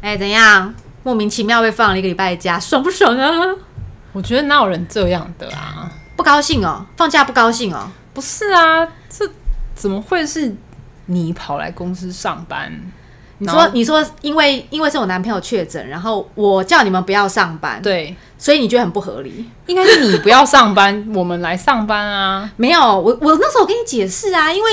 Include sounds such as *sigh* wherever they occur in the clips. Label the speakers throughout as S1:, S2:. S1: 哎、怎样？莫名其妙被放了一个礼拜的假，爽不爽啊？
S2: 我觉得哪有人这样的啊？
S1: 不高兴哦，放假不高兴哦。
S2: 不是啊，这怎么会是你跑来公司上班？
S1: 你
S2: 然
S1: 说，
S2: 后
S1: 你说，因为因为是我男朋友确诊，然后我叫你们不要上班，，
S2: 对，
S1: 所以你觉得很不合理？
S2: 应该是你不要上班，我们来上班啊。
S1: 没有，我我那时候跟你解释啊，因为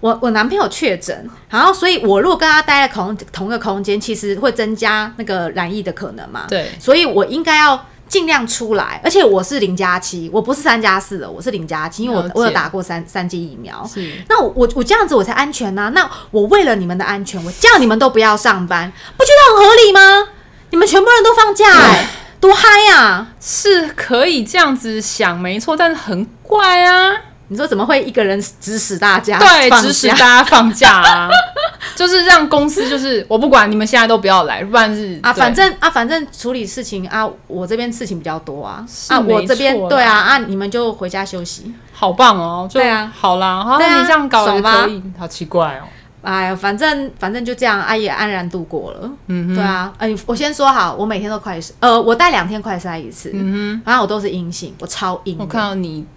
S1: 我我男朋友确诊，然后所以我如果跟他待在同同一个空间，其实会增加那个染疫的可能嘛。，
S2: 对，
S1: 所以我应该要尽量出来，而且我是零加七，我不是三加四的，我是零加七，因为
S2: 了
S1: 我
S2: 解
S1: 我有打过三三剂疫苗。
S2: 是
S1: 那我我我这样子我才安全呐、啊那我为了你们的安全，我叫你们都不要上班，不觉得很合理吗？你们全部人都放假、
S2: *laughs*
S1: 哎，多嗨呀、啊！
S2: *laughs* 是可以这样子想，没错，但是很怪啊。
S1: 你说怎么会一个人指使大家
S2: 对，
S1: 放
S2: 指使
S1: 假
S2: 大家放假啊， *laughs* 就是让公司就是我不管你们现在都不要来，不然是
S1: 啊，
S2: 对
S1: 反正啊，反正处理事情啊，我这边事情比较多啊，啊，
S2: 没
S1: 我这边
S2: 错啦
S1: 对啊啊，你们就回家休息。
S2: 好棒哦，就
S1: 对啊
S2: 好啦，好、
S1: 对啊
S2: 你这样搞也
S1: 爽吧
S2: 可以，好奇怪哦，
S1: 哎呀，反正反正就这样，啊也安然度过了。
S2: 嗯
S1: 对啊，哎、我先说好，我每天都快筛，呃，我带两天快筛一次，
S2: 嗯
S1: 然后我都是阴性，我超阴的。
S2: 哼，我看到你
S1: 哎嗯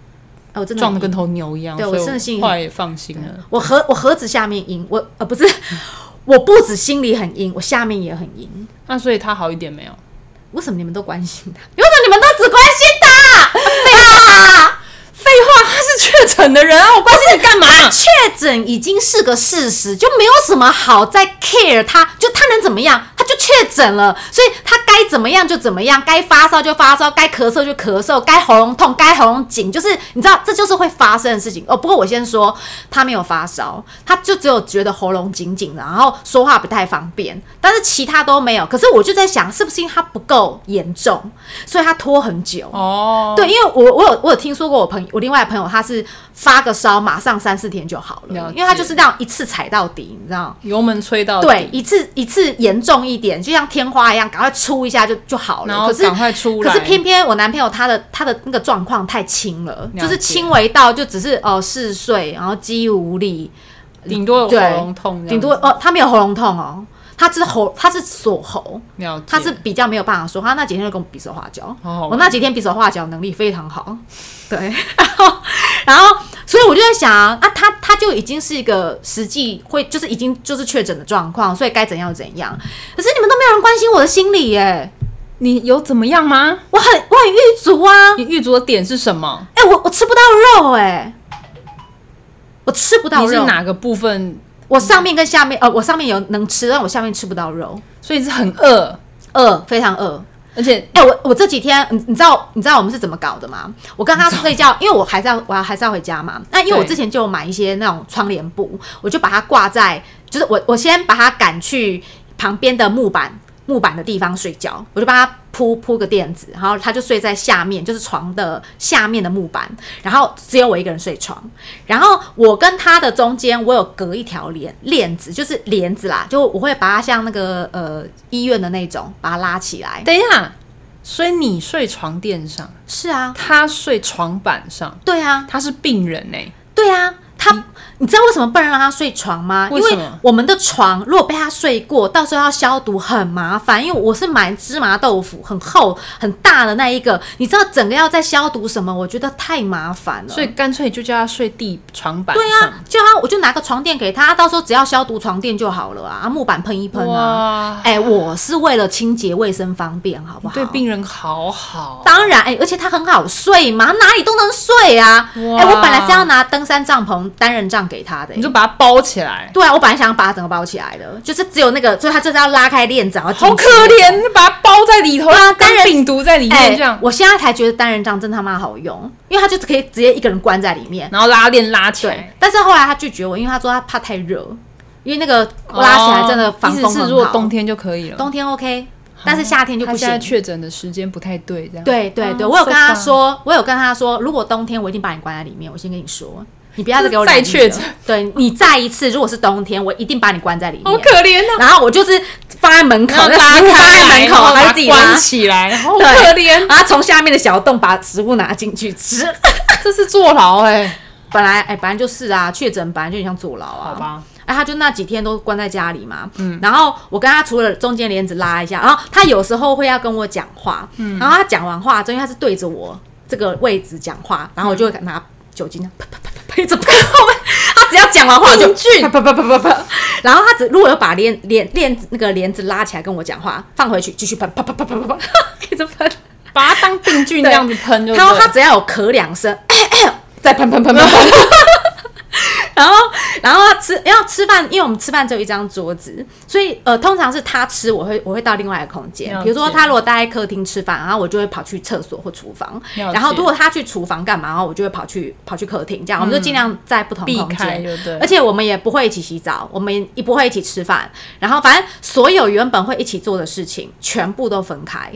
S1: 我真的
S2: 撞
S1: 很
S2: 的跟
S1: 阴
S2: 头牛一样，
S1: 对
S2: 所以
S1: 我真的心里
S2: 后来也放心了，
S1: 我盒我盒子下面阴，我呃不是， *laughs* 我不止心里很阴，我下面也很阴。
S2: 那所以他好一点没有？
S1: 为什么你们都关心他？为什么你们都只关心
S2: 啊
S1: 他？啊废话！
S2: 废话，他是确诊的人啊，我关心你干嘛？
S1: 确诊已经是个事实，就没有什么好再 care 他，就他能怎么样？他就确诊了，所以他该怎么样就怎么样，该发烧就发烧，该咳嗽就咳嗽，该喉咙痛，该喉咙紧，就是你知道，这就是会发生的事情哦。不过我先说，他没有发烧，他就只有觉得喉咙紧紧的，然后说话不太方便，但是其他都没有。可是我就在想，是不是因为他不够严重，所以他拖很久？
S2: *laughs* 哦，
S1: 对，因为我我有我有听说过我朋友我另外的朋友，他是发个烧马上三四天就好了
S2: 了，
S1: 因为他
S2: 解
S1: 就是那样一次踩到底，你知道。
S2: 油门吹到底
S1: 对，，一次一次严重一点，就像天花一样，赶快出一下就就好
S2: 然
S1: 了。
S2: 后
S1: 可是
S2: 赶快出
S1: 可
S2: 来，
S1: 是偏偏我男朋友他的他的那个状况太轻了，
S2: 了
S1: 就是
S2: 解
S1: 轻微到就只是哦嗜睡，然后肌无力，
S2: 顶多有
S1: 对
S2: 喉咙痛这样子，
S1: 顶多哦他没有喉咙痛哦，他是喉他是锁喉，
S2: 了解，
S1: 他是比较没有办法说，他那几天就跟我比手画脚。
S2: 好好
S1: 我那几天比手画脚能力非常好，对，然后然后，所以我就在想啊，啊他他就已经是一个实际会，就是已经就是确诊的状况，所以该怎样就怎样。可是你们都没有人关心我的心理耶，
S2: 你有怎么样吗？
S1: 我很我很郁卒啊，
S2: 你遇足的点是什么？
S1: 哎、我我吃不到肉哎，我吃不到
S2: 你是
S1: 肉，
S2: 哪个部分？
S1: 我上面跟下面呃，我上面有能吃，但我下面吃不到肉，
S2: 所以是很饿，
S1: 饿非常饿。
S2: 而且
S1: 哎、我我这几天，你你知道你知道我们是怎么搞的吗？我跟他睡觉，因为我还是要我还是要回家嘛。那因为我
S2: 对
S1: 之前就有买一些那种窗帘布，我就把它挂在，就是我我先把它赶去旁边的木板木板的地方睡觉，我就帮他铺铺个垫子，然后他就睡在下面，就是床的下面的木板，然后只有我一个人睡床。然后我跟他的中间，我有隔一条帘链子，就是帘子啦，就我会把它像那个呃医院的那种，把它拉起来。
S2: 等一下，所以你睡床垫上，
S1: 是啊，
S2: 他睡床板上，
S1: 对啊，
S2: 他是病人欸呢、
S1: 对啊，他，你知道为什么不能让他睡床吗？因
S2: 为什
S1: 为
S2: 么
S1: 我们的床如果被他睡过，到时候要消毒很麻烦。因为我是买芝麻豆腐，很厚很大的那一个，你知道整个要再消毒什么，我觉得太麻烦了。
S2: 所以干脆就叫他睡地床板
S1: 对
S2: 上。
S1: 啊，叫他我就拿个床垫给他，他到时候只要消毒床垫就好了啊，木板喷一喷啊。
S2: 哇，
S1: 哎、我是为了清洁卫生方便，好不好？
S2: 对病人好好，
S1: 当然，哎、而且它很好睡嘛，哪里都能睡啊。哎、
S2: 哇
S1: 我本来是要拿登山帐篷单人帐给他的、哎
S2: 你就把它包起来，
S1: 对啊，我本来想把它整个包起来的，就是只有那个，所以它就是要拉开链子，然后进去
S2: 好可。怜，就把它包在里头，
S1: 对啊
S2: 让
S1: 单人
S2: 病毒在里
S1: 哎、
S2: 面这样，
S1: 我现在才觉得单人帐真他妈好用，因为它就可以直接一个人关在里面。
S2: 然后拉链拉起
S1: 对
S2: 来。，
S1: 但是后来他拒绝我，因为他说他怕太热，因为那个拉起来真的
S2: 哦
S1: 防
S2: 意
S1: 风
S2: 思
S1: 很
S2: 是
S1: 好。
S2: 如果冬天就可以了，
S1: 冬天 OK，但是夏天就
S2: 他
S1: 不
S2: 现在
S1: 行。
S2: 确诊的时间不太对，这样
S1: 对对对，
S2: 哦
S1: 我有跟他
S2: so far
S1: 说，我有跟他说，如果冬天我一定把你关在里面，我先跟你说。你不要再给我
S2: 再
S1: 染疫
S2: 确
S1: 了
S2: 诊，
S1: 对你再一次，如果是冬天，我一定把你关在里面。
S2: 好可怜啊。
S1: *laughs* 然后我就是放在门口，
S2: 然后
S1: 那
S2: 拉
S1: 食物放
S2: 开
S1: 在
S2: 来，
S1: 门口，
S2: 然
S1: 然后
S2: 后把
S1: 自
S2: 它
S1: 己
S2: 关
S1: 拉，
S2: 起来，好可
S1: 对
S2: 怜，
S1: 然后从下面的小洞把食物拿进去吃。 *laughs*
S2: 这是坐牢哎、
S1: 本来哎，本来就是啊，确诊本来就很像坐牢啊。
S2: 好吧，
S1: 哎，啊，他就那几天都关在家里嘛。嗯，然后我跟他除了中间帘子拉一下，然后他有时候会要跟我讲话，嗯，然后他讲完话之后，因为他是对着我这个位置讲话，然后我就会拿酒精啪啪啪啪啪一直
S2: *laughs*
S1: 喷后面。他只要讲完话我就
S2: 病菌
S1: 啪啪啪啪啪啪， *laughs* 然后他只如果有把帘帘帘子那个帘子拉起来跟我讲话，放回去继续喷啪啪啪啪啪 *laughs* 啪，一直喷。
S2: 把它当病菌这样子喷就对
S1: 他
S2: 了。
S1: 说他只要有咳两
S2: *coughs*
S1: 声，再喷喷喷喷喷。 *laughs* 然后，然后吃要吃饭，因为我们吃饭只有一张桌子，所以呃，通常是他吃，我会我会到另外一个空间
S2: 了。解
S1: 比如说他如果待在客厅吃饭，然后我就会跑去厕所或厨房。
S2: 了解
S1: 然后如果他去厨房干嘛，然后我就会跑去跑去客厅，这样我们就尽量在不同
S2: 嗯避
S1: 空
S2: 开
S1: 间
S2: 就对。
S1: 而且我们也不会一起洗澡，我们也不会一起吃饭。然后反正所有原本会一起做的事情，全部都分开。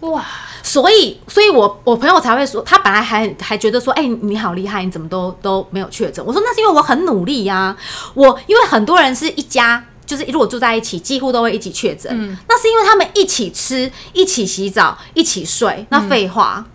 S2: 哇，
S1: 所以，所以我我朋友才会说，他本来还还觉得说，哎、你好厉害，你怎么都都没有确诊？我说那是因为我很努力呀、我因为很多人是一家。就是如果住在一起，几乎都会一起确诊。那是因为他们一起吃、一起洗澡、一起睡。那废话，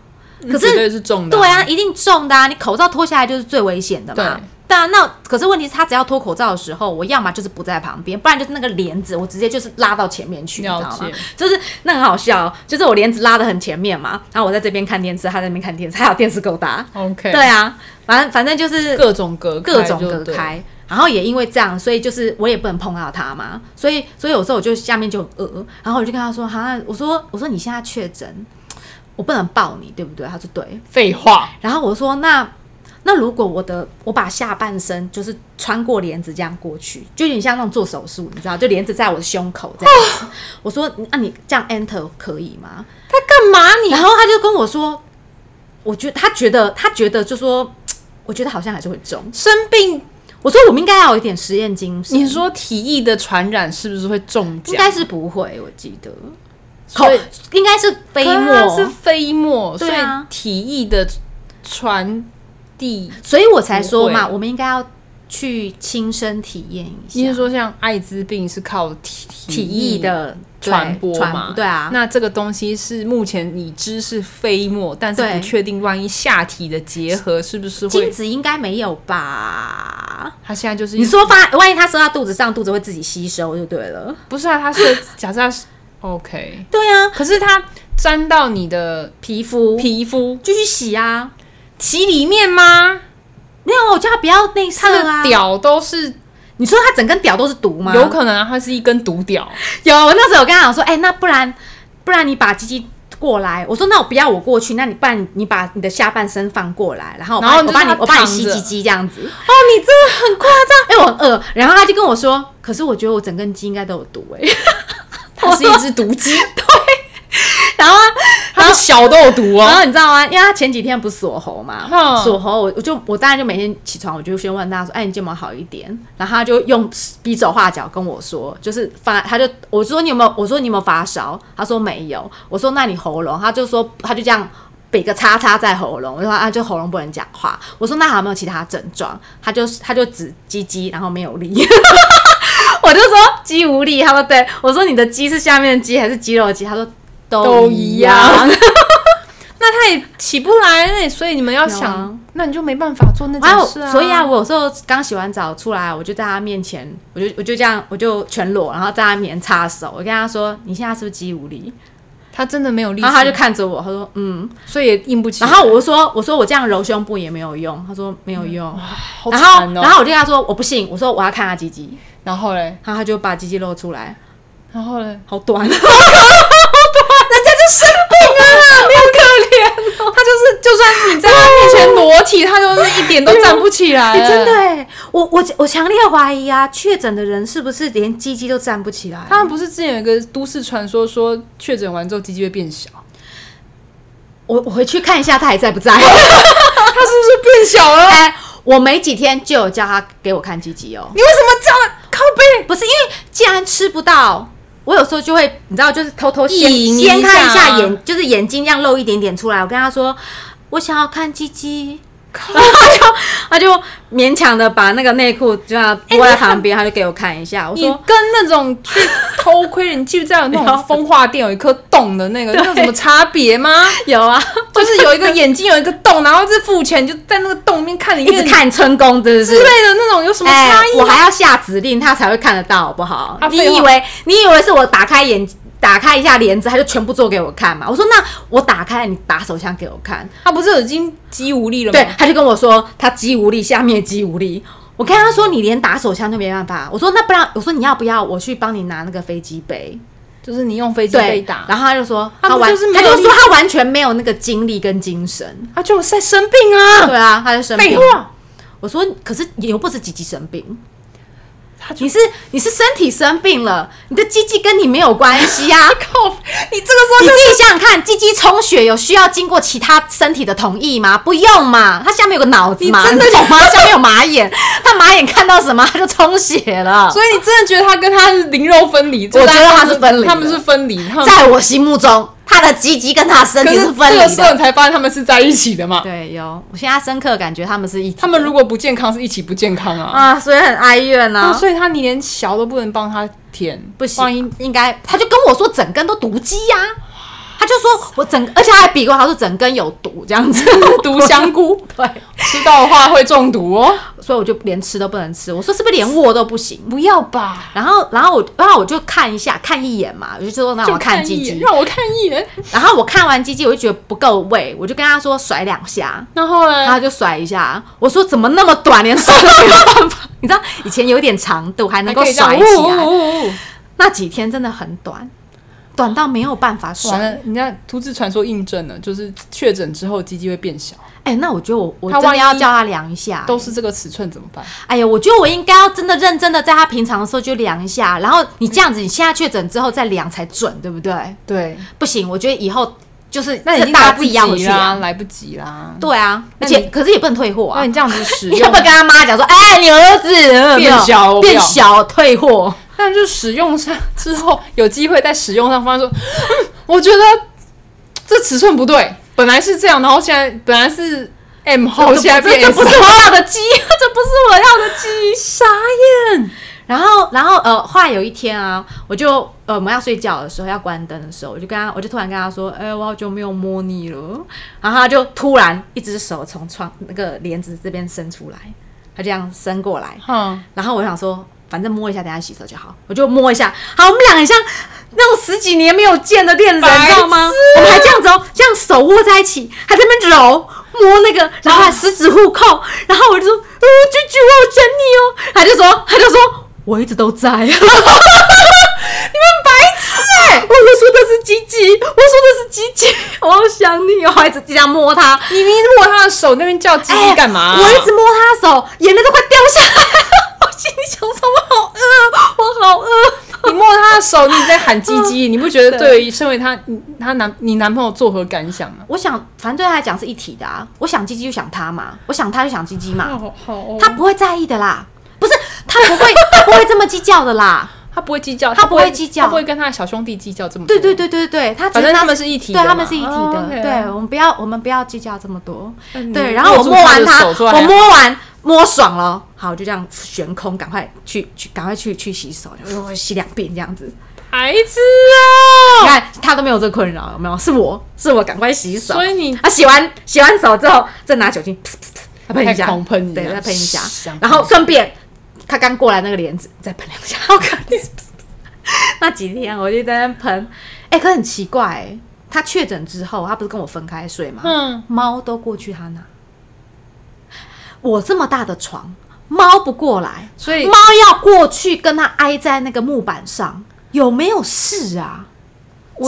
S1: 可是
S2: 绝对是重的。
S1: 对，啊，一定中的啊！你口罩脱下来就是最危险的嘛
S2: 对。
S1: 对啊，那可是问题是他只要脱口罩的时候，我要么就是不在旁边，不然就是那个帘子，我直接就是拉到前面去，你知道
S2: 了
S1: 吗
S2: 解？
S1: 就是那很好笑哦，就是我帘子拉的很前面嘛，然后我在这边看电视，他在那边看电视，还好电视够大。
S2: OK，
S1: 对啊，反正反正就是
S2: 各种隔
S1: 各种
S2: 就
S1: 隔
S2: 对
S1: 开。然后也因为这样，所以就是我也不能碰到他嘛，所以所以有时候我就下面就很呃，然后我就跟他说哈，我说我说你现在确诊，我不能抱你，对不对？他说对，
S2: 废话，
S1: 然后我说那那如果我的我把下半身就是穿过帘子这样过去，就有点像那种做手术，你知道，就帘子在我的胸口这样子。我说那、你这样 enter 可以吗？
S2: 哦他干嘛你？
S1: 然后他就跟我说，我觉他觉得他觉得就说。我觉得好像还是会中。
S2: 生病，
S1: 我说我们应该要有一点实验精神。
S2: 你说体液的传染是不是会中
S1: 应
S2: 奖？
S1: 该是不会，我记得口
S2: 所以
S1: 应该是飞
S2: 可是它
S1: 沫，
S2: 是飞沫，所
S1: 对
S2: 以
S1: 啊
S2: 体液的传递，
S1: 所以我才说嘛，
S2: 不会
S1: 我们应该要去亲身体验一下。
S2: 你是说像艾滋病是靠体
S1: 体液啊的对
S2: 传播
S1: 传
S2: 嘛？
S1: 对啊，
S2: 那这个东西是目前已知是飞沫，但是
S1: 对
S2: 不确定万一下体的结合是不是
S1: 精
S2: 会？
S1: 子应该没有吧？
S2: 它现在就是
S1: 你说发，万一它收到肚子上，肚子会自己吸收就对了。
S2: 不是
S1: *laughs*
S2: 啊？它是假设它是 OK，
S1: 对啊，
S2: 可是它沾到你的
S1: 皮肤
S2: 皮肤
S1: 继续洗啊，
S2: 洗里面吗？
S1: 没有，我叫他不要内射啊
S2: 它的。屌都是
S1: 你说他整根屌都是毒吗？
S2: 有可能、啊，它是一根毒 *laughs* 屌。
S1: 有，我那时候我跟他讲说，哎、那不然不然你把鸡鸡过来，我说那我不要我过去，那你不然你把你的下半身放过来，然后我
S2: 然后
S1: 帮你我
S2: 就是
S1: 帮你
S2: 他
S1: 我帮你
S2: 躺
S1: 吸
S2: 着
S1: 鸡鸡这样子。
S2: 哦，你真的很夸张。
S1: 哎、我很饿，然后他就跟我说，可是我觉得我整根鸡应该都有毒哎、
S2: 它是一只毒鸡，
S1: *laughs* 然后啊
S2: 它是小豆毒
S1: 然
S2: 哦。
S1: 后你知道吗？因为他前几天不是锁喉嘛，
S2: 哼
S1: 锁喉我我就我当然就每天起床我就先问他说：“哎，你肩膀好一点？”然后他就用比手画脚跟我说，就是发，他就我说你有没有？我说你有没有发烧？他说没有。我说那你喉咙？他就说他就这样。比个叉叉在喉咙，我就说啊，就喉咙不能讲话。我说那还有没有其他症状？他就他就指鸡鸡，然后没有力。我就说鸡无力，他说对。我说你的鸡是下面的鸡还是肌肉的鸡？他说
S2: 都
S1: 一
S2: 一样。那它也起不来那，所以你们要想，
S1: 有啊
S2: 那你就没办法做那
S1: 啊，
S2: 种事啊。
S1: 所以啊，，我有时候刚洗完澡出来，我就在他面前，我就我就这样，我就全裸，然后在他面前擦手。我跟他说：“你现在是不是肌无力
S2: 他真的没有？”力气，
S1: 然后他就看着我，他说：“嗯。
S2: 所以也硬不”起来。
S1: 然后我就说：“我说我这样揉胸部也没有用。”他说：“没有用。
S2: 嗯好
S1: 然后
S2: 惨哦，
S1: 然后我就跟他说：“我不信，我说我要看他鸡鸡。
S2: 然后嘞”，
S1: 然后他就把鸡鸡露出来，
S2: 然后嘞，
S1: 好短，啊 *laughs* 好短，人家就生
S2: *laughs*
S1: 病啊，好可怜、
S2: 他就是就算你在他面前裸体，他就是一点都站不起来 *laughs*
S1: 哎、
S2: 了。
S1: 真的，哎、我我我强烈怀疑啊，确诊的人是不是连鸡鸡都站不起来？
S2: 他们不是之前有一个都市传说说确诊完之后鸡鸡会变小，
S1: 我我回去看一下他还在不在。 *laughs*
S2: 他是不是变小了？
S1: 哎、我没几天就有叫他给我看鸡鸡哦，
S2: 你为什么这样靠背？
S1: 不是因为既然吃不到，我有时候就会你知道，就是偷偷先
S2: 意淫一
S1: 先看一
S2: 下
S1: 下眼，就是眼睛这样露一点点出来。我跟他说，我想要看鸡鸡， *laughs*
S2: 靠！
S1: 他就勉强的把那个内裤就
S2: 哎
S1: 要拨在旁边，他就给我看一下。我
S2: 你
S1: 说
S2: 跟那种去偷窥人，你记不记得有那种风化店有一颗洞的那个，那有什么差别吗？ *laughs*
S1: 有啊，
S2: 就是有一个眼睛有一个洞，然后是付钱你就在那个洞里面看里
S1: *laughs* 一直
S2: 面
S1: 看春宫，真的
S2: 之类
S1: 是。
S2: 的那种有什么
S1: 哎、
S2: 差异
S1: 我
S2: 吗？
S1: 还要下指令，他才会看得到，好不好？
S2: 啊
S1: 你
S2: 废话
S1: 以为你以为是我打开眼打开一下帘子，他就全部做给我看嘛？我说那我打开，你打手枪给我看。
S2: 他不是已经肌无力了吗？
S1: 对，他就跟我说他肌无力，下面肌无力。我跟他说你连打手枪都没办法，我说那不然我说你要不要我去帮你拿那个飞机杯？
S2: 就是你用飞机
S1: 对
S2: 被打，，
S1: 然后他就说
S2: 他
S1: 他
S2: 不
S1: 完
S2: 就是没
S1: 他
S2: 有
S1: 就
S2: 力
S1: 说他完全没有那个精力跟精
S2: *laughs*
S1: 神。
S2: 他就在生病啊！
S1: 对啊，他就生
S2: 废
S1: 病。
S2: 话，
S1: 我说可是也又不是鸡鸡生病，
S2: 他就
S1: 你是你是身体生病了，你的鸡鸡跟你没有关系啊。
S2: *laughs* 靠！你这个
S1: 你
S2: 时
S1: 自
S2: 候
S1: 己想想看，鸡鸡充血有需要经过其他身体的同意吗？不用嘛，它下面有个脑子嘛，
S2: 你真的
S1: 你懂吗？下面有马眼，它马眼看到什么它就充血了
S2: 就，。所以你真的觉得他跟他是灵肉分离？
S1: 我觉得他
S2: 他
S1: 是分离的
S2: 他们是分离，他们
S1: 在我心目中，它的鸡鸡跟它的身
S2: 嗯可
S1: 体
S2: 是
S1: 是分
S2: 这个
S1: 离
S2: 时候
S1: 的。
S2: 你才发现他们是在一起的嘛？
S1: 对，有，我现在深刻感觉他们是一体的，
S2: 他们如果不健康，是一起不健康啊。
S1: 啊，所以很哀怨
S2: 啊，
S1: 啊。
S2: 所以他你连小都不能帮他 *laughs* 舔，
S1: 不
S2: 万一
S1: 行，应该他就跟我说整根都毒鸡呀、他就说我整，而且他还比过，他说整根有毒这样子，
S2: 毒香菇
S1: *laughs* 对，
S2: 吃到的话会中毒哦。
S1: 所以我就连吃都不能吃。我说是不是连握都不行？
S2: 不要吧，
S1: 然后，然后我，然后我就看一下，看一眼嘛，我就说那
S2: 就
S1: 我看
S2: 看
S1: 鸡
S2: 一
S1: *laughs*
S2: 眼，
S1: 鸡。
S2: 让我看一眼。
S1: 然后我看完鸡鸡，我就觉得不够味，我就跟他说甩两下，
S2: 然后
S1: 然后
S2: 呢
S1: 他？就甩一下。我说怎么那么短，连甩都没办法。你知道以前有点长度，还能够
S2: 还可以这样
S1: 甩起
S2: 呜
S1: 来，
S2: 呜呜呜
S1: 那几天真的很短，短到没有办法
S2: 完
S1: 甩。
S2: 了，人家都市传说印证了，就是确诊之后鸡鸡会变小，
S1: 哎、那我觉得我我真
S2: 他
S1: 的
S2: 万一
S1: 要叫他量一下。
S2: 都是这个尺寸怎么办？
S1: 哎呀，我觉得我应该要真的认真的在他平常的时候就量一下，然后你这样子，你现在确诊之后再量才准，对不对？
S2: 对，
S1: 不行，我觉得以后就是
S2: 那已经
S1: 这大
S2: 来
S1: 家
S2: 不
S1: 自己要回
S2: 及
S1: 去
S2: 啦，
S1: 量。
S2: 来不及啦。
S1: 对啊，
S2: 那
S1: 而
S2: 你
S1: 且可是也不能退货
S2: 啊那
S1: 啊
S2: 你。这样子 *laughs*
S1: *laughs*
S2: 使
S1: 你要
S2: 用
S1: 不要，跟他妈讲说，哎、你儿子有没有
S2: 变小我不要
S1: 变小退货？
S2: 那就使用上之后，有机会在使用上发现说， *laughs* 嗯我觉得这尺寸不对，本来是这样，然后现在本来是 M 号，现在
S1: 这这
S2: 变
S1: 这不 *laughs*
S2: S
S1: 是我要的鸡，这不是我要的鸡。
S2: 傻眼。
S1: 然后，然后呃，后来有一天啊，我就呃我们要睡觉的时候，要关灯的时候，我就跟他，我就突然跟他说：“哎、我好久没有摸你了。”然后他就突然一只手从窗那个帘子这边伸出来，他这样伸过来，
S2: 嗯，
S1: 然后我想说，反正摸一下，等一下洗手就好，我就摸一下。好，我们俩很像那种十几年没有见的恋人，
S2: 白痴
S1: 你知道吗？我们还这样子哦，这样手握在一起，还在那边揉摸那个，然后还十指互扣。 *laughs* 然后我就说，哦，啾啾，我好想你哦。他就说，他就说，我一直都在。 *laughs* 你们白痴哎、我我说的是鸡鸡，我说的是鸡鸡，我好想你哦，还一直这样摸它。
S2: 你明明握他的手，那边叫鸡鸡干嘛、
S1: 哎我一直摸他的手，眼泪都快掉下来了。我心里想说，我好饿，我好饿。
S2: 你摸他的手，你在喊鸡
S1: *laughs*
S2: 鸡，你不觉得
S1: 嗯对
S2: 对于身为他你他男你男朋友作何感想啊？
S1: 我想，反正对他来讲是一体的啊。我想鸡鸡就想他嘛，我想他就想鸡鸡嘛，
S2: 好好、哦
S1: 他
S2: 他
S1: 不会在意的啦。不是，他不
S2: *laughs*
S1: 会，他不会这么计较的啦。
S2: 他不会计较，
S1: 他不会
S2: 他
S1: 计较
S2: 他不会跟他的小兄弟计较这么多。
S1: 对对对对对，他只
S2: 反正
S1: 是
S2: 他们是一体的
S1: 对
S2: 嘛，
S1: 他们是一体的。
S2: 哦，OK
S1: 对，我们不要，我们不要计较这么多。
S2: 嗯
S1: 对，
S2: 你
S1: 然后我
S2: 握住
S1: 摸完
S2: 他
S1: 它，
S2: 的手之后
S1: 我
S2: 还
S1: 摸完摸爽了，好，我就这样悬空，赶快去去，赶快去去洗手，然后洗两遍这样子。
S2: 白痴
S1: *laughs* 你
S2: 哦、
S1: 看
S2: *laughs*
S1: 他都没有这困扰，有没有？是我是我赶快洗手，啊
S2: 所以你
S1: 他洗完洗完手之后，再拿酒精 *laughs* 噗噗噗再喷一下，
S2: 再狂喷一下
S1: 对，再喷一
S2: 想
S1: 下
S2: 喷，
S1: 然后顺便他刚过来那个帘子再喷两
S2: *laughs*
S1: 下，好可怜。 *laughs* 那几天我就在那边喷，哎、可很奇怪、欸，他确诊之后，他不是跟我分开睡吗？
S2: 嗯，
S1: 猫都过去他那，我这么大的床，猫不过来，
S2: 所以
S1: 猫要过去跟它挨在那个木板上，有没有事啊？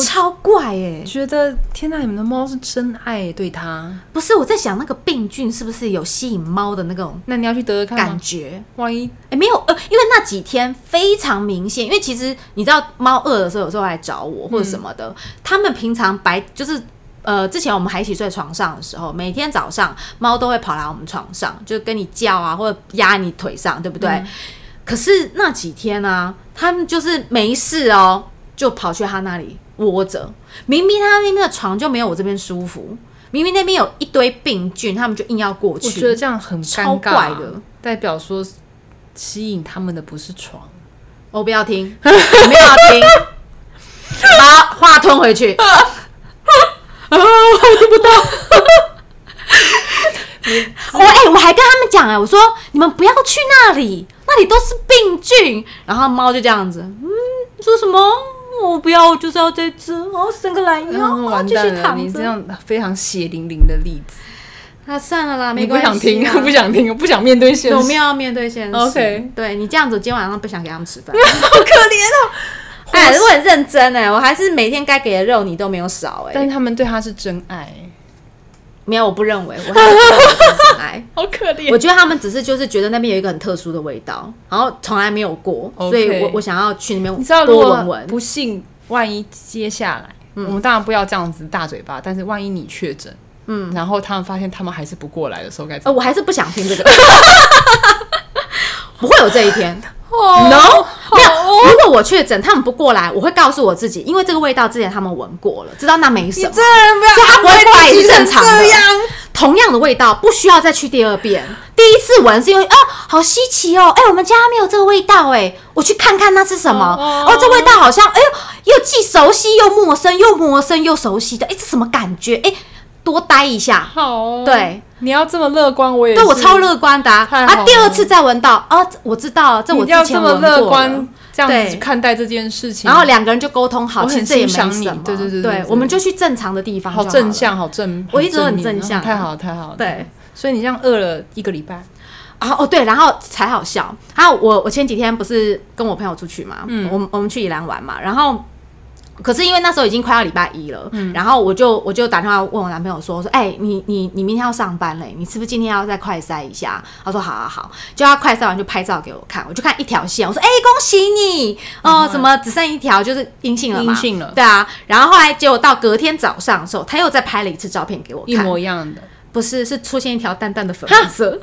S1: 超怪哎、
S2: 觉得天呐，你们的猫是真爱对它，
S1: 不是我在想那个病菌是不是有吸引猫的那种
S2: 那你要去得得看
S1: 感
S2: 吗？
S1: 觉？
S2: 万一
S1: 哎、没有，呃，因为那几天非常明显，因为其实你知道，猫饿的时候有时候来找我或者什么的，它们平常白就是。呃，之前我们还一起睡床上的时候，每天早上猫都会跑来我们床上，就跟你叫啊，或者压你腿上，对不对？可是那几天啊，它们就是没事哦，就跑去它那里窝着。明明它那边的床就没有我这边舒服，明明那边有一堆病菌，他们就硬要过
S2: 我
S1: 去。
S2: 觉得这样很尴
S1: 超
S2: 尬、
S1: 怪的，
S2: 代表说吸引他们的不是床。
S1: 我不要 *laughs* 听，我没有要听。好，话吞回去。我哎、我还跟他们讲哎、我说你们不要去那里，那里都是病菌。然后猫就这样子，嗯，说什么？我不要，我就是要这只，然后伸个懒腰，
S2: 嗯，
S1: 然后
S2: 完
S1: 哎哦继续
S2: 蛋了！你
S1: 躺
S2: 这
S1: 着。
S2: 样非常血淋淋的例子，
S1: 那、算了啦，
S2: 你
S1: 没
S2: 不
S1: 关系啦。
S2: 想听， *laughs* 不想听，不想面对现实，
S1: 我们要面对现实。
S2: OK
S1: 对你这样子，我今天晚上不想给他们
S2: *laughs*
S1: 吃饭。
S2: 好可怜哦。
S1: 哎，我很认真哎、我还是每天该给的肉你都没有少哎、
S2: 但是他们对他是真爱，
S1: 没有，我不
S2: *laughs*
S1: 认为，我还是不认为是真爱。
S2: 好可怜
S1: 我觉得他们只是就是觉得那边有一个很特殊的味道，然后从来没有过
S2: OK
S1: 所以我我想要去那边
S2: 你知道，如
S1: 多
S2: 果
S1: 闻闻。
S2: 不幸万一接下来，
S1: 嗯
S2: 我们当然不要这样子大嘴巴，但是万一你确诊，嗯，然后他们发现他们还是不过来的时候该怎
S1: 呃，
S2: 么
S1: 我还是不想听这
S2: *laughs*
S1: 个， *laughs* 不会有这一天。
S2: 办？
S1: no，没有。
S2: 哦
S1: 如果我确诊，他们不过来，我会告诉我自己，因为这个味道之前他们闻过了，知道那没什么。
S2: 人不要，
S1: 所以他不会过来也是正常的
S2: 这样。
S1: 同样的味道，不需要再去第二遍。第一次闻是因为啊，好稀奇哦，哎、我们家没有这个味道哎、我去看看那是什么。哦
S2: 哦哦
S1: 这味道好像哎呦，又既熟悉又陌生，又陌生又熟悉的，哎、这什么感觉？哎、多待一下。
S2: 好、哦，
S1: 对，
S2: 你要这么乐观，我也
S1: 对我
S2: 是
S1: 超，乐观的啊！
S2: 太好
S1: 啊，第二次再闻到，啊，我知道了，这我
S2: 你
S1: 之
S2: 要这
S1: 前
S2: 么
S1: 闻过
S2: 乐
S1: 了
S2: 观，这样子
S1: 对
S2: 去看待这件事情，
S1: 然后两个人就沟通好，
S2: 我
S1: 其
S2: 很
S1: 实这也没
S2: 欣赏你
S1: 什么。
S2: 对对对对对
S1: 我们就去正常的地方，
S2: 好正。向，好正，
S1: 我一直都很
S2: 面
S1: 正向
S2: 哦太好了，太好了，
S1: 对，
S2: 所以你这样饿了一个礼拜，
S1: 啊哦对，然后才好笑。还有我我前几天不是跟我朋友出去嘛，
S2: 嗯
S1: 我们我们去宜兰玩嘛，然后。可是因为那时候已经快要礼拜一了，
S2: 嗯
S1: 然后我就我就打电话问我男朋友说，我说，哎、你你你明天要上班嘞，你是不是今天要再快筛一下？他说，好好好，就他快筛完就拍照给我看，我就看一条线，我说，哎、恭喜你哦、什么只剩一条就是阴性了嘛，
S2: 嗯阴性了
S1: 对啊。然后后来结果到隔天早上的时候，他又再拍了一次照片给我看，
S2: 一模一样的，
S1: 不是是出现一条淡淡的粉
S2: *laughs*
S1: 红 *laughs* 色，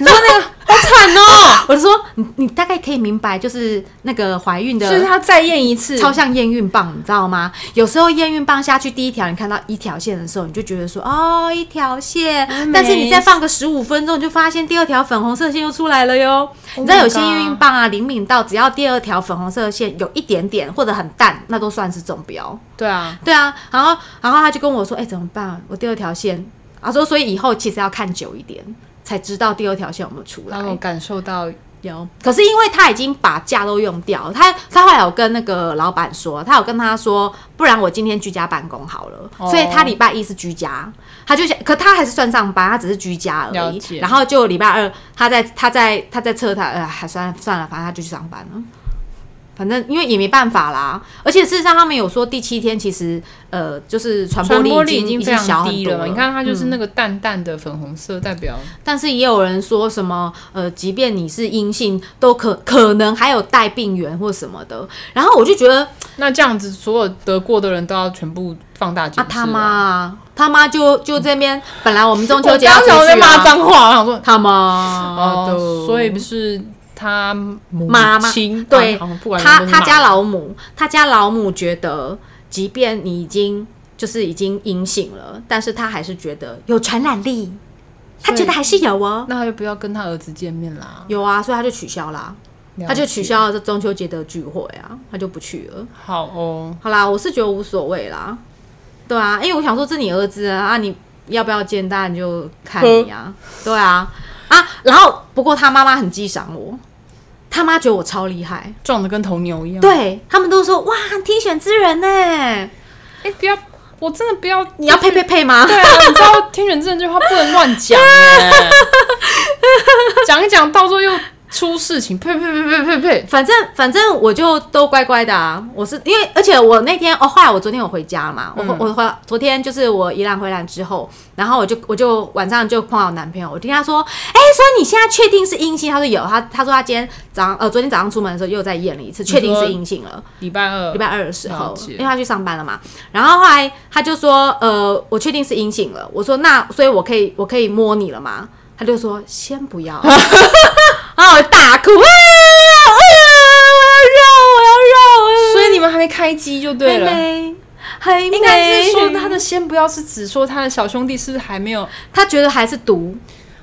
S2: 你说那个好惨哦，
S1: *laughs* 我就说你你大概可以明白，就是那个怀孕
S2: 所以
S1: 的。
S2: 他再验一次，
S1: 超像验孕棒，你知道吗？有时候验孕棒下去第一条，你看到一条线的时候，你就觉得说哦一条线
S2: 嗯，
S1: 但是你再放个十五分钟，你就发现第二条粉红色线又出来了哟。
S2: Oh my
S1: 你知道有些验孕棒啊，灵敏到只要第二条粉红色线有一点点或者很淡，那都算是中标。
S2: 对啊，
S1: 对啊，然后然后他就跟我说，哎、怎么办？我第二条线，他说所以以后其实要看久一点，才知道第二条线有没有出来
S2: 让。我感受到有
S1: 可是因为他已经把假都用掉了，他他后来有跟那个老板说，他有跟他说，不然我今天居家办公好了，
S2: 哦
S1: 所以他礼拜一是居家，他就想，可他还是算上班，他只是居家而
S2: 了
S1: 已。
S2: 解
S1: 然后就礼拜二，他在他在他在测他，呃，还算算了，反正他就去上班了。反正因为也没办法啦，而且事实上他们有说第七天其实呃就是传播
S2: 传
S1: 力
S2: 播
S1: 已
S2: 力
S1: 经
S2: 已经
S1: 已
S2: 非
S1: 经小
S2: 常
S1: 很
S2: 低
S1: 多
S2: 了嘛，你看它就是
S1: 嗯
S2: 那个淡淡的粉红色，代表
S1: 但是也有人说什么，呃，即便你是阴性，都可可能还有带病源或什么的。然后我就觉得
S2: 那这样子所有得过的人都要全部放大检
S1: 啊
S2: 视，
S1: 他妈啊，他妈就就这边，本来我们中秋
S2: 我
S1: 节要
S2: 刚
S1: 出
S2: 才我在
S1: 去
S2: 骂
S1: 啊，
S2: 脏话，我想说
S1: 他妈的
S2: 哦，所以不是他母
S1: 妈妈
S2: 亲
S1: 对
S2: 啊好像不管
S1: 他
S2: 怎么
S1: 他家
S2: 骂
S1: 老母，他家老母觉得，即便你已经就是已经阴性了，但是他还是觉得有传染力，他
S2: 所以
S1: 觉得还是有哦，
S2: 那他就不要跟他儿子见面啦，
S1: 有啊，所以他就取消啦，
S2: 了
S1: 他就
S2: 解
S1: 取消了这中秋节的聚会啊，他就不去了。
S2: 好哦，
S1: 好啦，我是觉得无所谓啦，对啊，因为我想说这你儿子啊，啊你要不要见大你就看你啊，对啊啊，然后不过他妈妈很激赏我，他妈觉得我超厉害，
S2: 撞的跟头牛一样。，
S1: 对他们都说哇天选之人呢、
S2: 哎，不要，我真的不要。
S1: *laughs* 你要配配配吗？
S2: 对啊，你知道天选之人这句话不能乱
S1: *laughs*
S2: 讲哎，讲一讲到时候又出事情，呸呸呸呸呸呸。
S1: 反正反正我就都乖乖的啊，我是因为而且我那天哦，后来我昨天有回家嘛，我、我回昨天就是我宜兰回来之后，然后我就我就晚上就碰到我男朋友，我听他说，哎、说你现在确定是阴性？他说有，他他说他今天早上呃昨天早上出门的时候又再验了一次，确定是阴性了。
S2: 礼拜二，
S1: 礼拜二的时
S2: 了
S1: 候，
S2: 解
S1: 因为他去上班了嘛。然后后来他就说：“呃，我确定是阴性了。”我说：“那所以我可以我可以摸你了吗？”他就说：“先不要。” *laughs* 然后我大哭啊！哎呀，我要肉，我要肉！
S2: 所以你们还没开机就对了。
S1: 妹妹还没
S2: 应该是说他的先不要是指说他的小兄弟是不是还没有，
S1: 他觉得还是毒。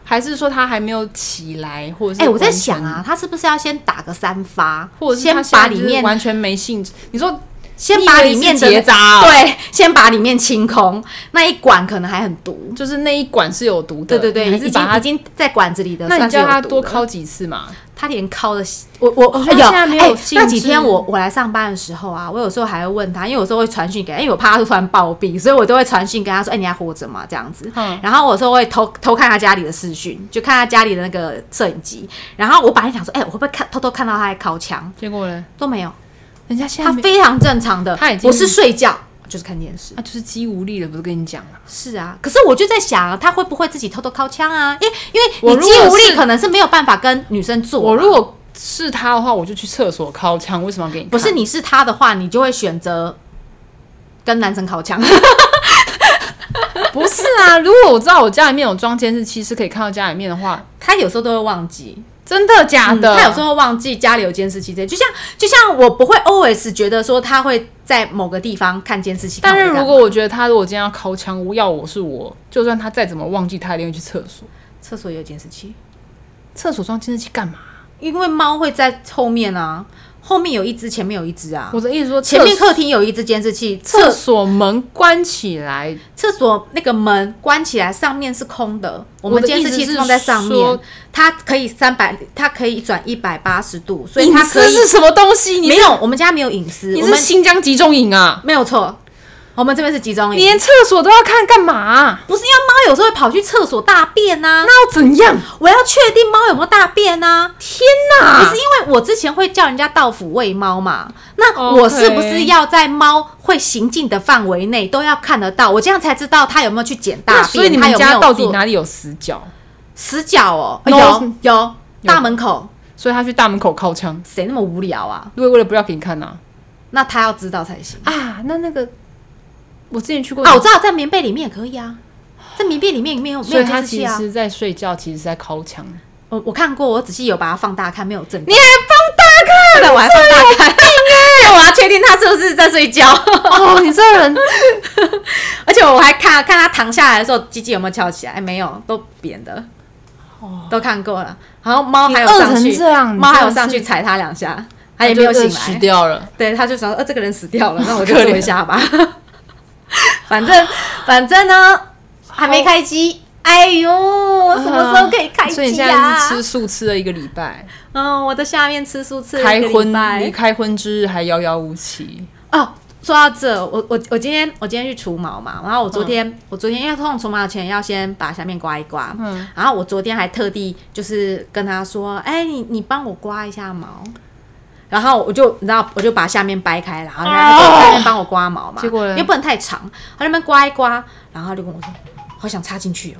S2: 还是说他还没有起来，或者是
S1: 哎、我在
S2: 完全
S1: 想，啊，他是不是要先打个三发，
S2: 或者是他
S1: 先
S2: 现
S1: 把
S2: 在就
S1: 里
S2: 是
S1: 面
S2: 完全没兴致？你说
S1: 先把里面的
S2: 你以为是结扎哦
S1: 对，先把里面清空，那一管可能还很毒。
S2: 就是那一管是有毒的，
S1: 对对对，
S2: 你还
S1: 已
S2: 是
S1: 经
S2: 把它
S1: 已经在管子里的，
S2: 那你
S1: 算是
S2: 叫
S1: 有
S2: 他
S1: 毒
S2: 多
S1: 了
S2: 敲几次嘛？
S1: 他连敲的，我我
S2: 觉得哦
S1: 有
S2: 现在没有
S1: 哎
S2: 兴
S1: 那几
S2: 致
S1: 天我我来上班的时候啊，我有时候还会问他，因为有时候会传讯给他，因为我怕他突然暴毙，所以我都会传讯跟他说：“哎、你还活着吗？”这样子。
S2: 嗯
S1: 然后我有时候会偷偷看他家里的视讯，就看他家里的那个摄影机。然后我本来想说：“哎、我会不会看偷偷看到他在敲墙
S2: 结果呢？？”
S1: 都没有，
S2: 人家现在
S1: 他
S2: 没，
S1: 非常正常的。
S2: 他已经
S1: 我是睡觉，就是看电视。
S2: 他啊就是肌无力了，不是跟你讲吗？
S1: 是啊，可是我就在想啊，他会不会自己偷偷靠枪啊？因为因
S2: 我
S1: 为
S2: 如
S1: 你
S2: 果
S1: 肌无力，
S2: 是
S1: 可能是没有办法跟女生做嘛。
S2: 我如啊果是他的话，我就去厕所敲枪，为什么要给你看？
S1: 不是你是他的话，你就会选择跟男生靠墙。
S2: 不是 *laughs* 啊！如果我知道我家里面有装监视器，是可以看到家里面的话，
S1: *laughs* 他有时候都会忘记，嗯
S2: 真的假的？嗯
S1: 他有时候会忘记家里有监视器这些，就像就像我不会 always 觉得说他会在某个地方看监视器。
S2: 但
S1: 看
S2: 是
S1: 我在干
S2: 如果
S1: 嘛
S2: 我觉得他如果今天要敲枪，要我是我，就算他再怎么忘记，他一定会去厕所。
S1: 厕所也有监视器，
S2: 厕所装监视器干嘛？
S1: 因为猫会在后面啊，后面有一只，前面有一只啊
S2: 我。的意思说，
S1: 前面
S2: 厕
S1: 客厅有一只监视器，
S2: 厕
S1: 厕
S2: 所门关起来，
S1: 厕所那个门关起来，上面是空的，我
S2: 我
S1: 们
S2: 的
S1: 监视
S2: 意
S1: 器
S2: 思是
S1: 放在上面
S2: 说，
S1: 它可以三百，它可以转一百八十度，所以
S2: 隐
S1: 它可
S2: 私
S1: 以
S2: 是什么东西？你
S1: 没有，我们家没有隐私，
S2: 你
S1: 我
S2: 是
S1: 们
S2: 新疆集中营啊？
S1: 没有错，我们这边是集中
S2: 你
S1: 营。
S2: 连厕所都要看干嘛、
S1: 不是因为猫有时候会跑去厕所大便呐、
S2: 那要怎样？
S1: 我要确定猫有没有大便呐、
S2: 天哪！
S1: 不是因为我之前会叫人家到府喂猫嘛，那
S2: OK
S1: 我是不是要在猫会行进的范围内都要看得到？我这样才知道它有没有去捡大
S2: 那
S1: 便，
S2: 啊所以你
S1: 它
S2: 们
S1: 有没有
S2: 家到底
S1: 做
S2: 哪里有死角？
S1: 死角哦？
S2: No
S1: 有有大门口，
S2: 所以他去大门口靠枪，
S1: 谁那么无聊啊？
S2: 为为了不要给你看呐、
S1: 那它要知道才行
S2: 啊。那那个我之前去过
S1: 啊！我知道在棉被里面也可以啊，在棉被里面没有没
S2: 所
S1: 有
S2: 以
S1: 监
S2: 他
S1: 视器
S2: 其
S1: 啊。
S2: 实在睡觉，其实是在靠枪。你
S1: 我我看过，我仔细有把它放大看，没有证据。
S2: 还放
S1: 对，我还放大看，*laughs*
S2: 欸
S1: 我要确定他是不是在睡觉， *laughs*
S2: 大看哦！你这人
S1: 而且我还看看他躺下来的时候，鸡鸡有没有翘起来？哎没有，都扁的，都看过了。然后猫还有
S2: 哦你饿
S1: 上
S2: 成
S1: 去
S2: 这样，
S1: 猫
S2: 你真的
S1: 还有上
S2: 是
S1: 去踩它两下，它哎也没有
S2: 就
S1: 醒
S2: 死
S1: 来。
S2: 掉了。
S1: 对，他就想说，呃，这个人死掉了，那我就
S2: 可怜
S1: 做一下吧。 *laughs* 反正反正呢，还没开机。哎呦，我什么时候可以开
S2: 啊所以你
S1: 机
S2: 现
S1: 呀、
S2: 在是吃素吃了一个礼拜，
S1: 嗯，我的下面吃素吃了
S2: 开
S1: 一个礼
S2: 荤
S1: 拜
S2: 离开荤之日还遥遥无期。
S1: 哦，说到这，我我我今天我今天去除毛嘛，然后我昨天、我昨天因为通常除毛前要先把下面刮一刮，
S2: 嗯
S1: 然后我昨天还特地就是跟他说，哎、你你帮我刮一下毛。然后我就你知道，我就把下面掰开，然后让他在那边帮我刮毛嘛。
S2: 哦结果嘞
S1: 又不能太长，他那边刮一刮，然后他就跟我说：“好想插进去哦。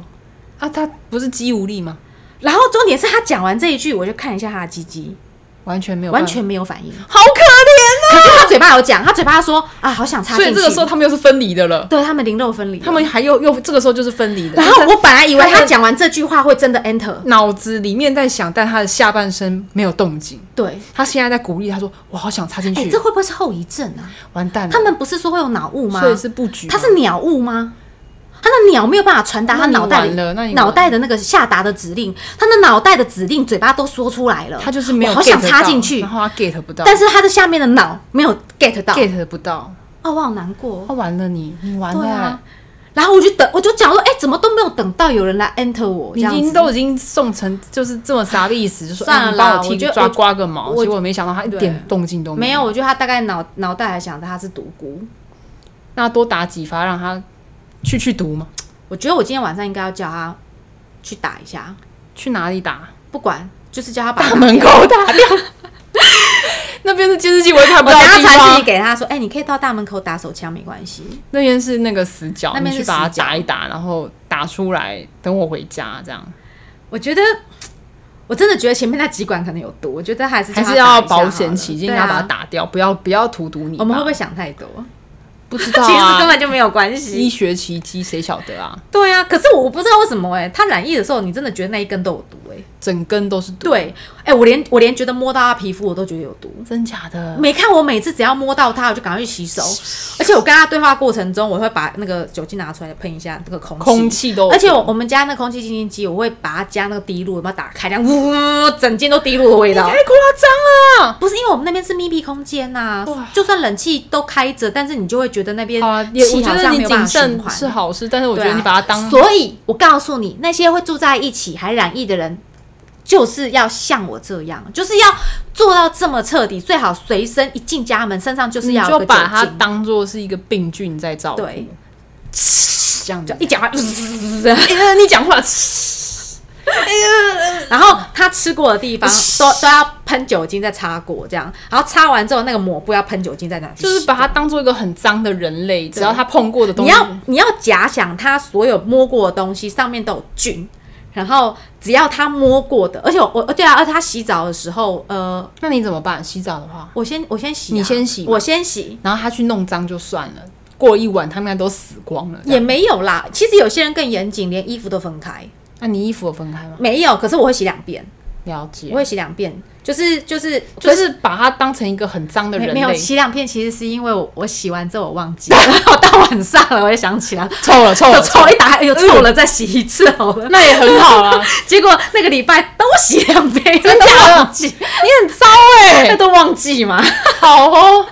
S2: 啊，他不是肌无力吗？”
S1: 然后重点是他讲完这一句，我就看一下他的鸡鸡，
S2: 完全没有办
S1: 完
S2: 法，
S1: 全没有反应。
S2: 好可怜
S1: 可是他嘴巴有讲，他嘴巴说：“啊，好想插
S2: 哦。
S1: 进
S2: 所
S1: 去。”
S2: 以这个时候他们又是分离的了，
S1: 对他们零肉分离了，
S2: 他们还又又这个时候就是分离的，
S1: 然后我本来以为
S2: 他
S1: 他
S2: 们
S1: 讲完这句话会真的 enter，
S2: 脑子里面在想，但他的下半身没有动静。
S1: 对，
S2: 他现在在鼓励他说：“我好想插进
S1: 哎、
S2: 去，
S1: 这会不会是后遗症啊？
S2: 完蛋了。”
S1: 他们不是说会有脑雾吗？
S2: 所以是布局吗，
S1: 他是鸟雾吗？他的鸟没有办法传达他
S2: 那你
S1: 脑袋
S2: 完了那你
S1: 里
S2: 完
S1: 脑袋的那个下达的指令，他的脑袋的指令嘴巴都说出来了，
S2: 他就是没有
S1: 我好想
S2: get
S1: 插
S2: 到
S1: 进去
S2: 然，后他 get 不到，
S1: 但是他的下面的脑没有 get 到，
S2: get 不到，
S1: 哦，我好难过
S2: 他、，完了你，你完
S1: 对
S2: 了，
S1: 啊。然后我就等，我就讲说，哎、怎么都没有等到有人来 enter 我，这
S2: 你已
S1: 样
S2: 经
S1: 子。
S2: 都已经送成就是这么啥的意思，就说
S1: 算了
S2: 哎你帮
S1: 啦
S2: 我
S1: 我
S2: 剃
S1: 觉得
S2: 抓
S1: 我
S2: 刮个毛，
S1: 我
S2: 结果没想到他一点动静都
S1: 没
S2: 有。
S1: 有，我觉得他大概脑脑袋还想着他是独孤，
S2: 那多打几发让他去去毒嘛？
S1: 我觉得我今天晚上应该要叫他去打一下，
S2: 去哪里打？
S1: 不管，就是叫他把
S2: 大门口 *laughs* 打掉。那边是监视器，我也看
S1: 我
S2: 不到
S1: 等
S2: 的
S1: 下
S2: 地
S1: 传讯
S2: 方。
S1: 给他说，哎、你可以到大门口打手枪，没关系。
S2: 那边是那个死角，
S1: 那边
S2: 你
S1: 是
S2: 去把它
S1: 死角
S2: 打一打，然后打出来，等我回家这样。
S1: 我觉得，我真的觉得前面那几管可能有毒，我觉得还是叫
S2: 还
S1: 他
S2: 是
S1: 打
S2: 要
S1: 一下好
S2: 保
S1: 了
S2: 险起见，
S1: 对
S2: 要
S1: 啊
S2: 把它打掉，不要不要荼毒你吧。
S1: 我们会不会想太多？
S2: 不知道
S1: 其实根
S2: 啊？
S1: 本就没有关
S2: 医
S1: 系。
S2: 学奇迹谁晓得啊？
S1: 对啊，可是我不知道为什么哎、他染疫的时候，你真的觉得那一根都有毒哎、哎、
S2: 整根都是毒，，
S1: 对，哎、我连我连觉得摸到他皮肤我都觉得有毒。
S2: 真假的？
S1: 没看我每次只要摸到它，我就赶快去洗
S2: *laughs*
S1: 手，而且我跟他对话过程中，我会把那个酒精拿出来喷一下那个空气，
S2: 空气都有
S1: 而且我我们家那空气清新机，我会把它加那个滴露，有没有打开，这样呜，整间都滴露的味
S2: *laughs*
S1: 道
S2: 太。夸张了。
S1: 不是因为我们那边是密闭空间呐、
S2: 哇
S1: 就算冷气都开着，但是你就会觉得那边
S2: 好啊，也我
S1: 哦气
S2: 觉
S1: 好
S2: 得
S1: 像没
S2: 你
S1: 有办
S2: 谨
S1: 法循
S2: 慎
S1: 环。
S2: 是好事，但是我觉
S1: 对
S2: 得
S1: 啊
S2: 你把它当
S1: 所以我告诉你，那些会住在一起还染疫的人，就是要像我这样，就是要做到这么彻底，最好随身一进家门，身上就是
S2: 你
S1: 要有
S2: 就
S1: 个酒
S2: 把它
S1: 精。
S2: 当做是一个病菌在照顾，
S1: 对，
S2: 这样子。
S1: 一讲
S2: *laughs*
S1: 话，
S2: 呃 *laughs* 你
S1: *laughs*
S2: 讲话，
S1: 然后他吃过的地方都
S2: *laughs*
S1: 都要喷酒精再擦过，这样，然后擦完之后那个抹布要喷酒精再拿去洗，
S2: 就是把它当做一个很脏的人类，只要他碰过的东
S1: 你
S2: 西，
S1: 要你要假想他所有摸过的东西上面都有菌，然后只要他摸过的，而且我我对啊，而且他洗澡的时候，呃，
S2: 那你怎么办？洗澡的话，
S1: 我先我先洗啊、
S2: 你先洗吧
S1: 我先洗。
S2: 然后他去弄脏就算了，过一晚他们应该都死光了。
S1: 也没有啦，其实有些人更严谨，连衣服都分开。
S2: 那你衣服有分开吗？
S1: 没有，可是我会洗两遍，
S2: 了解
S1: 我，会洗两遍，就是就是
S2: 就是把它当成一个很脏的
S1: 没
S2: 人
S1: 没有
S2: 类，
S1: 洗两片，其实是因为我我洗完之后我忘记了， *laughs* 然后到晚上了我也想起来，
S2: 臭了臭
S1: 就 *laughs*
S2: 了，
S1: 臭一打开，哎呦臭了再洗一次好了。
S2: 那也很好啊啦。
S1: *laughs* 结果那个礼拜都洗两遍，真
S2: 的假的
S1: 忘记，
S2: 你很糟
S1: 那
S2: 哎，
S1: 都忘记嘛？
S2: *laughs* 好哦。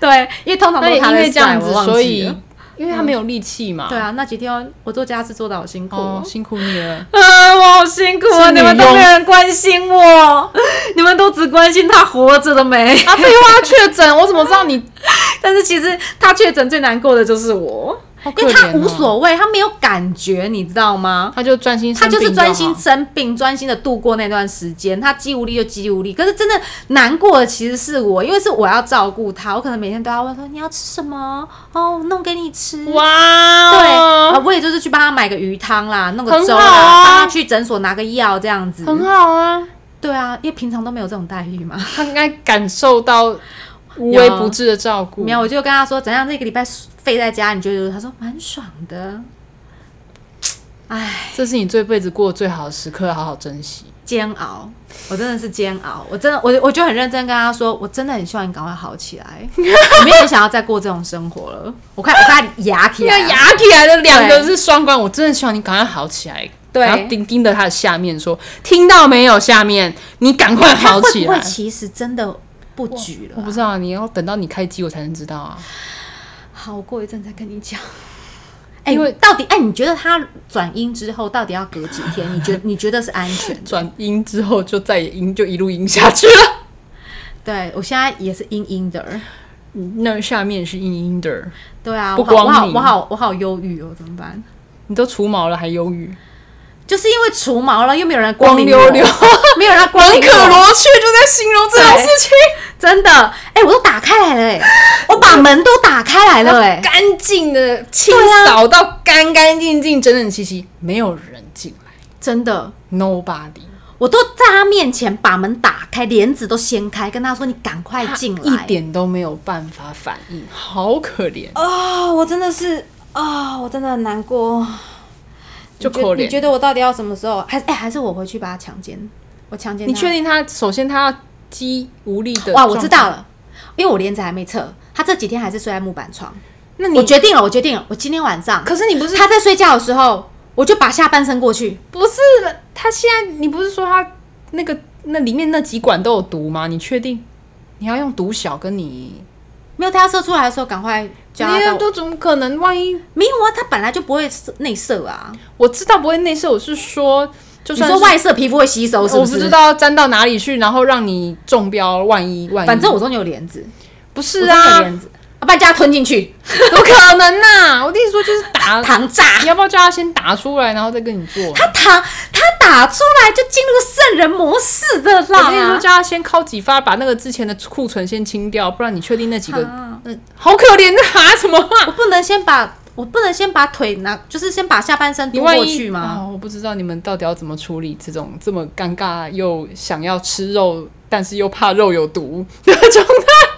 S1: 对，因为通常都
S2: 那也
S1: 是他
S2: 因
S1: 在
S2: 为这样
S1: 晒，
S2: 子
S1: 我，忘
S2: 所
S1: 记
S2: 以
S1: 了。
S2: 啊
S1: 嗯
S2: 因为他没有力气嘛，
S1: 对，啊，那几天我做家事做的好辛苦
S2: 哦
S1: 哦，。
S2: 辛苦你了。
S1: 呃，我好辛苦
S2: 是
S1: 啊！
S2: 女
S1: 你们都
S2: 佣
S1: 没人关心我， *laughs* 你们都只关心他活着了没。
S2: 啊，废话，确诊，我怎么知道你？
S1: *laughs* 但是其实他确诊最难过的就是我，
S2: *laughs* 好可
S1: 因为他
S2: 怜哦
S1: 无，所谓，他没有感觉，你知道吗？
S2: 他就专心生
S1: 他
S2: 病好，
S1: 就是专心生病，专心的度过那段时间。他肌无力就肌无力，可是真的难过的其实是我，因为是我要照顾他，我可能每天都要问说你要吃什么哦，我弄给你吃。对，
S2: 哇
S1: 啊
S2: 哦，
S1: 我也就是去帮他买个鱼汤啦，弄个
S2: 很
S1: 粥啦，
S2: 好啊
S1: 帮他去诊所拿个药这样子。
S2: 很好啊，
S1: 对啊，因为平常都没有这种待遇嘛。
S2: 他应该感受到无微不至的照顾。
S1: 没有，我就跟他说怎样，这个礼拜废在家，你觉得？他说蛮爽的。唉，
S2: 这是你这辈子过得最好的时刻，好好珍惜。
S1: 煎熬，我真的是煎熬，我真的，我我就很认真跟他说，我真的很希望你赶快好起来， *laughs* 我没有想要再过这种生活了。我看我看他牙起
S2: 那
S1: 来
S2: 个
S1: 了，
S2: 牙起来的两个
S1: 对
S2: 是双关，我真的希望你赶快好起来。
S1: 对
S2: 然后盯盯着他的下面说：“听到没有？下面你赶快
S1: 他
S2: 好
S1: 会
S2: 起
S1: 不
S2: 来
S1: 会。其实真的不举”
S2: *laughs* 我
S1: 了啊、
S2: 不知道，你要等到你开机我才能知道啊。
S1: 好，我过一阵再跟你讲。哎、
S2: 因为
S1: 到底哎、你觉得他转阴之后到底要隔几天？你觉你觉得是安全 *laughs* 的？
S2: 转阴之后就再也阴就一路阴下去了。
S1: 对我现在也是阴阴的。
S2: 那下面是阴阴的，
S1: 对啊，
S2: 不
S1: 我好我
S2: 光
S1: 好
S2: 你
S1: 我好我好忧郁哦，怎么办？
S2: 你都除毛了还忧郁，
S1: 就是因为除毛了，又没有人光临
S2: 光溜
S1: 我
S2: 溜，
S1: *laughs* 没有人要光
S2: 王
S1: 临
S2: 可
S1: 我，
S2: 罗雀就在形容这种事情，
S1: 真的，哎、我都打开来了、
S2: *laughs*
S1: 哎，我把门都打开来了、哎，
S2: 干净的清扫到干干净净、整整齐齐，没有人进来
S1: 真的，
S2: ，nobody。
S1: 我都在他面前把门打开，帘子都掀开，跟他说你赶快进来，
S2: 一点都没有办法反应，好可怜，
S1: 啊、我真的是啊、我真的很难过，
S2: 就
S1: 你觉
S2: 可
S1: 你觉
S2: 怜。
S1: 得我到底要什么时候？还是哎、还是我回去把他强奸，我强奸
S2: 你
S1: 他
S2: 确定他首先他要肌无力的？
S1: 哇，我知道。了，因为我帘子还没撤，他这几天还是睡在木板床。
S2: 那你
S1: 我决定了，我决定了，我今天晚上，
S2: 可是你不是
S1: 他在睡觉的时候，我就把下半身过去。
S2: 不是他现在你不是说他那个那里面那几管都有毒吗？你确定你要用毒小跟你？
S1: 没有，他要射出来的时候，赶快叫他到
S2: 哎都怎么可能？万一
S1: 没有啊，他本来就不会射内射啊。
S2: 我知道不会内射，我是说，就
S1: 你
S2: 算
S1: 说
S2: 是
S1: 外射皮肤会吸收，是
S2: 我
S1: 是？
S2: 不知。道沾到哪里去，然后让你中标，万一万一，
S1: 反正我中间有帘子，
S2: 不哎是
S1: 我中间
S2: 啊
S1: 有，帘子，啊，把人家吞进去，
S2: 怎么可能呐、我的意思说就是打，
S1: 糖炸。
S2: 你要不要叫他先打出来，然后再跟你做？
S1: 啊他打他打出来就进入圣人模式的
S2: 我跟你说，
S1: 啦。
S2: 叫他先敲几发，把那个之前的库存先清掉，不然你确定那几个，
S1: 啊
S2: 那好可怜的哈什么
S1: *laughs*
S2: 话？
S1: 我不能先把我不能先把腿拿，就是先把下半身
S2: 你
S1: 丢
S2: 万
S1: 过
S2: 一
S1: 去吗？
S2: 哦我不知道你们到底要怎么处理这种这么尴尬又想要吃肉，但是又怕肉有毒的状态。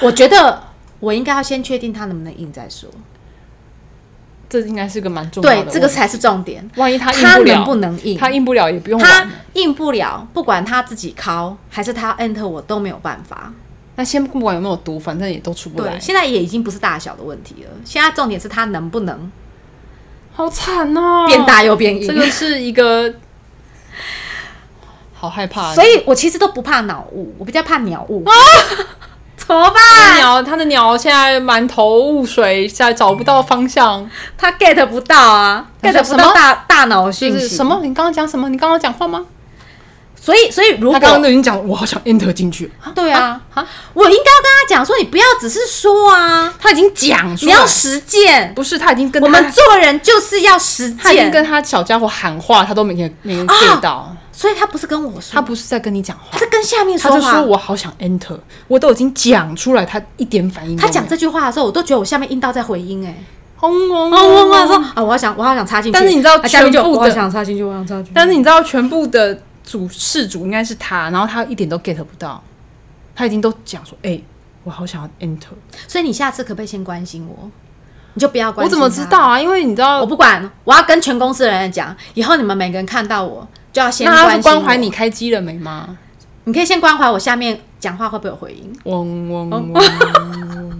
S1: 我觉得我应该要先确定他能不能硬再说。
S2: 这应该是个蛮重要的
S1: 对
S2: 问，题。
S1: 这个才是重点。
S2: 万一他硬
S1: 他
S2: 不了，
S1: 能不能硬？
S2: 他硬不了也不用
S1: 他
S2: 玩。
S1: 硬不了，不管他自己敲还是他 enter 我都没有办法。
S2: 那先不管有没有毒，反正也都出不来
S1: 对，。现在也已经不是大小的问题了，现在重点是他能不能
S2: 好惨哦，
S1: 变大又变硬。
S2: 这个是一个 *laughs* 好害怕。啊
S1: 所以我其实都不怕脑雾，我比较怕鸟
S2: 哦
S1: 雾。怎么
S2: 他的
S1: 办？
S2: 鸟，他的鸟现在满头雾水，现在找不到方向。
S1: 他 get 不到啊
S2: 你说
S1: ，get 不
S2: 什
S1: 到
S2: 么
S1: 大大脑
S2: 就
S1: 讯
S2: 是
S1: 息。
S2: 什？么？你刚刚讲什么？你刚刚讲话吗？
S1: 所以，所以如
S2: 他刚刚
S1: 果
S2: 都已经讲，我好想 enter 进去。
S1: 对啊，
S2: 啊，
S1: 我应该要跟他讲说，你不要只是说啊，
S2: 他已经讲出
S1: 你
S2: 来，
S1: 要实践。
S2: 不是他已经跟
S1: 我们
S2: 他
S1: 做人就是要实
S2: 他已经
S1: 践，
S2: 跟他小家伙喊话，他都没听没 get 到，
S1: 所以他不是跟我
S2: 啊他
S1: 说，
S2: 不是在跟你讲
S1: 他
S2: 话，
S1: 在跟下面
S2: 他
S1: 说
S2: 就
S1: 话
S2: 说。我好想 enter，我都已经讲出来，他一点反应都没
S1: 他
S2: 有。
S1: 讲这句话的时候，我都觉得我下面硬到在回音哎、欸，
S2: 轰轰
S1: 然后
S2: 轰
S1: 嗡
S2: 轰
S1: 嗡说
S2: 轰，
S1: 啊，我要想，我好想插进去。
S2: 嗯但是你知道
S1: 啊下面就
S2: 全部的
S1: 我好想插进去，我想插进去。
S2: 但是你知道全部的主事主应该是他，然后他一点都 get 不到，他已经都讲说，哎、我好想要 enter，
S1: 所以你下次可不可以先关心我？你就不要关心
S2: 我怎
S1: 他
S2: 么知道？啊？因为你知道
S1: 我，不管，我要跟全公司的人讲，以后你们每个人看到我就要先
S2: 那他
S1: 关心
S2: 是关怀
S1: 我
S2: 你，开机了没吗？
S1: 你可以先关怀我下面讲话会不会有回音。
S2: 嗡嗡嗡。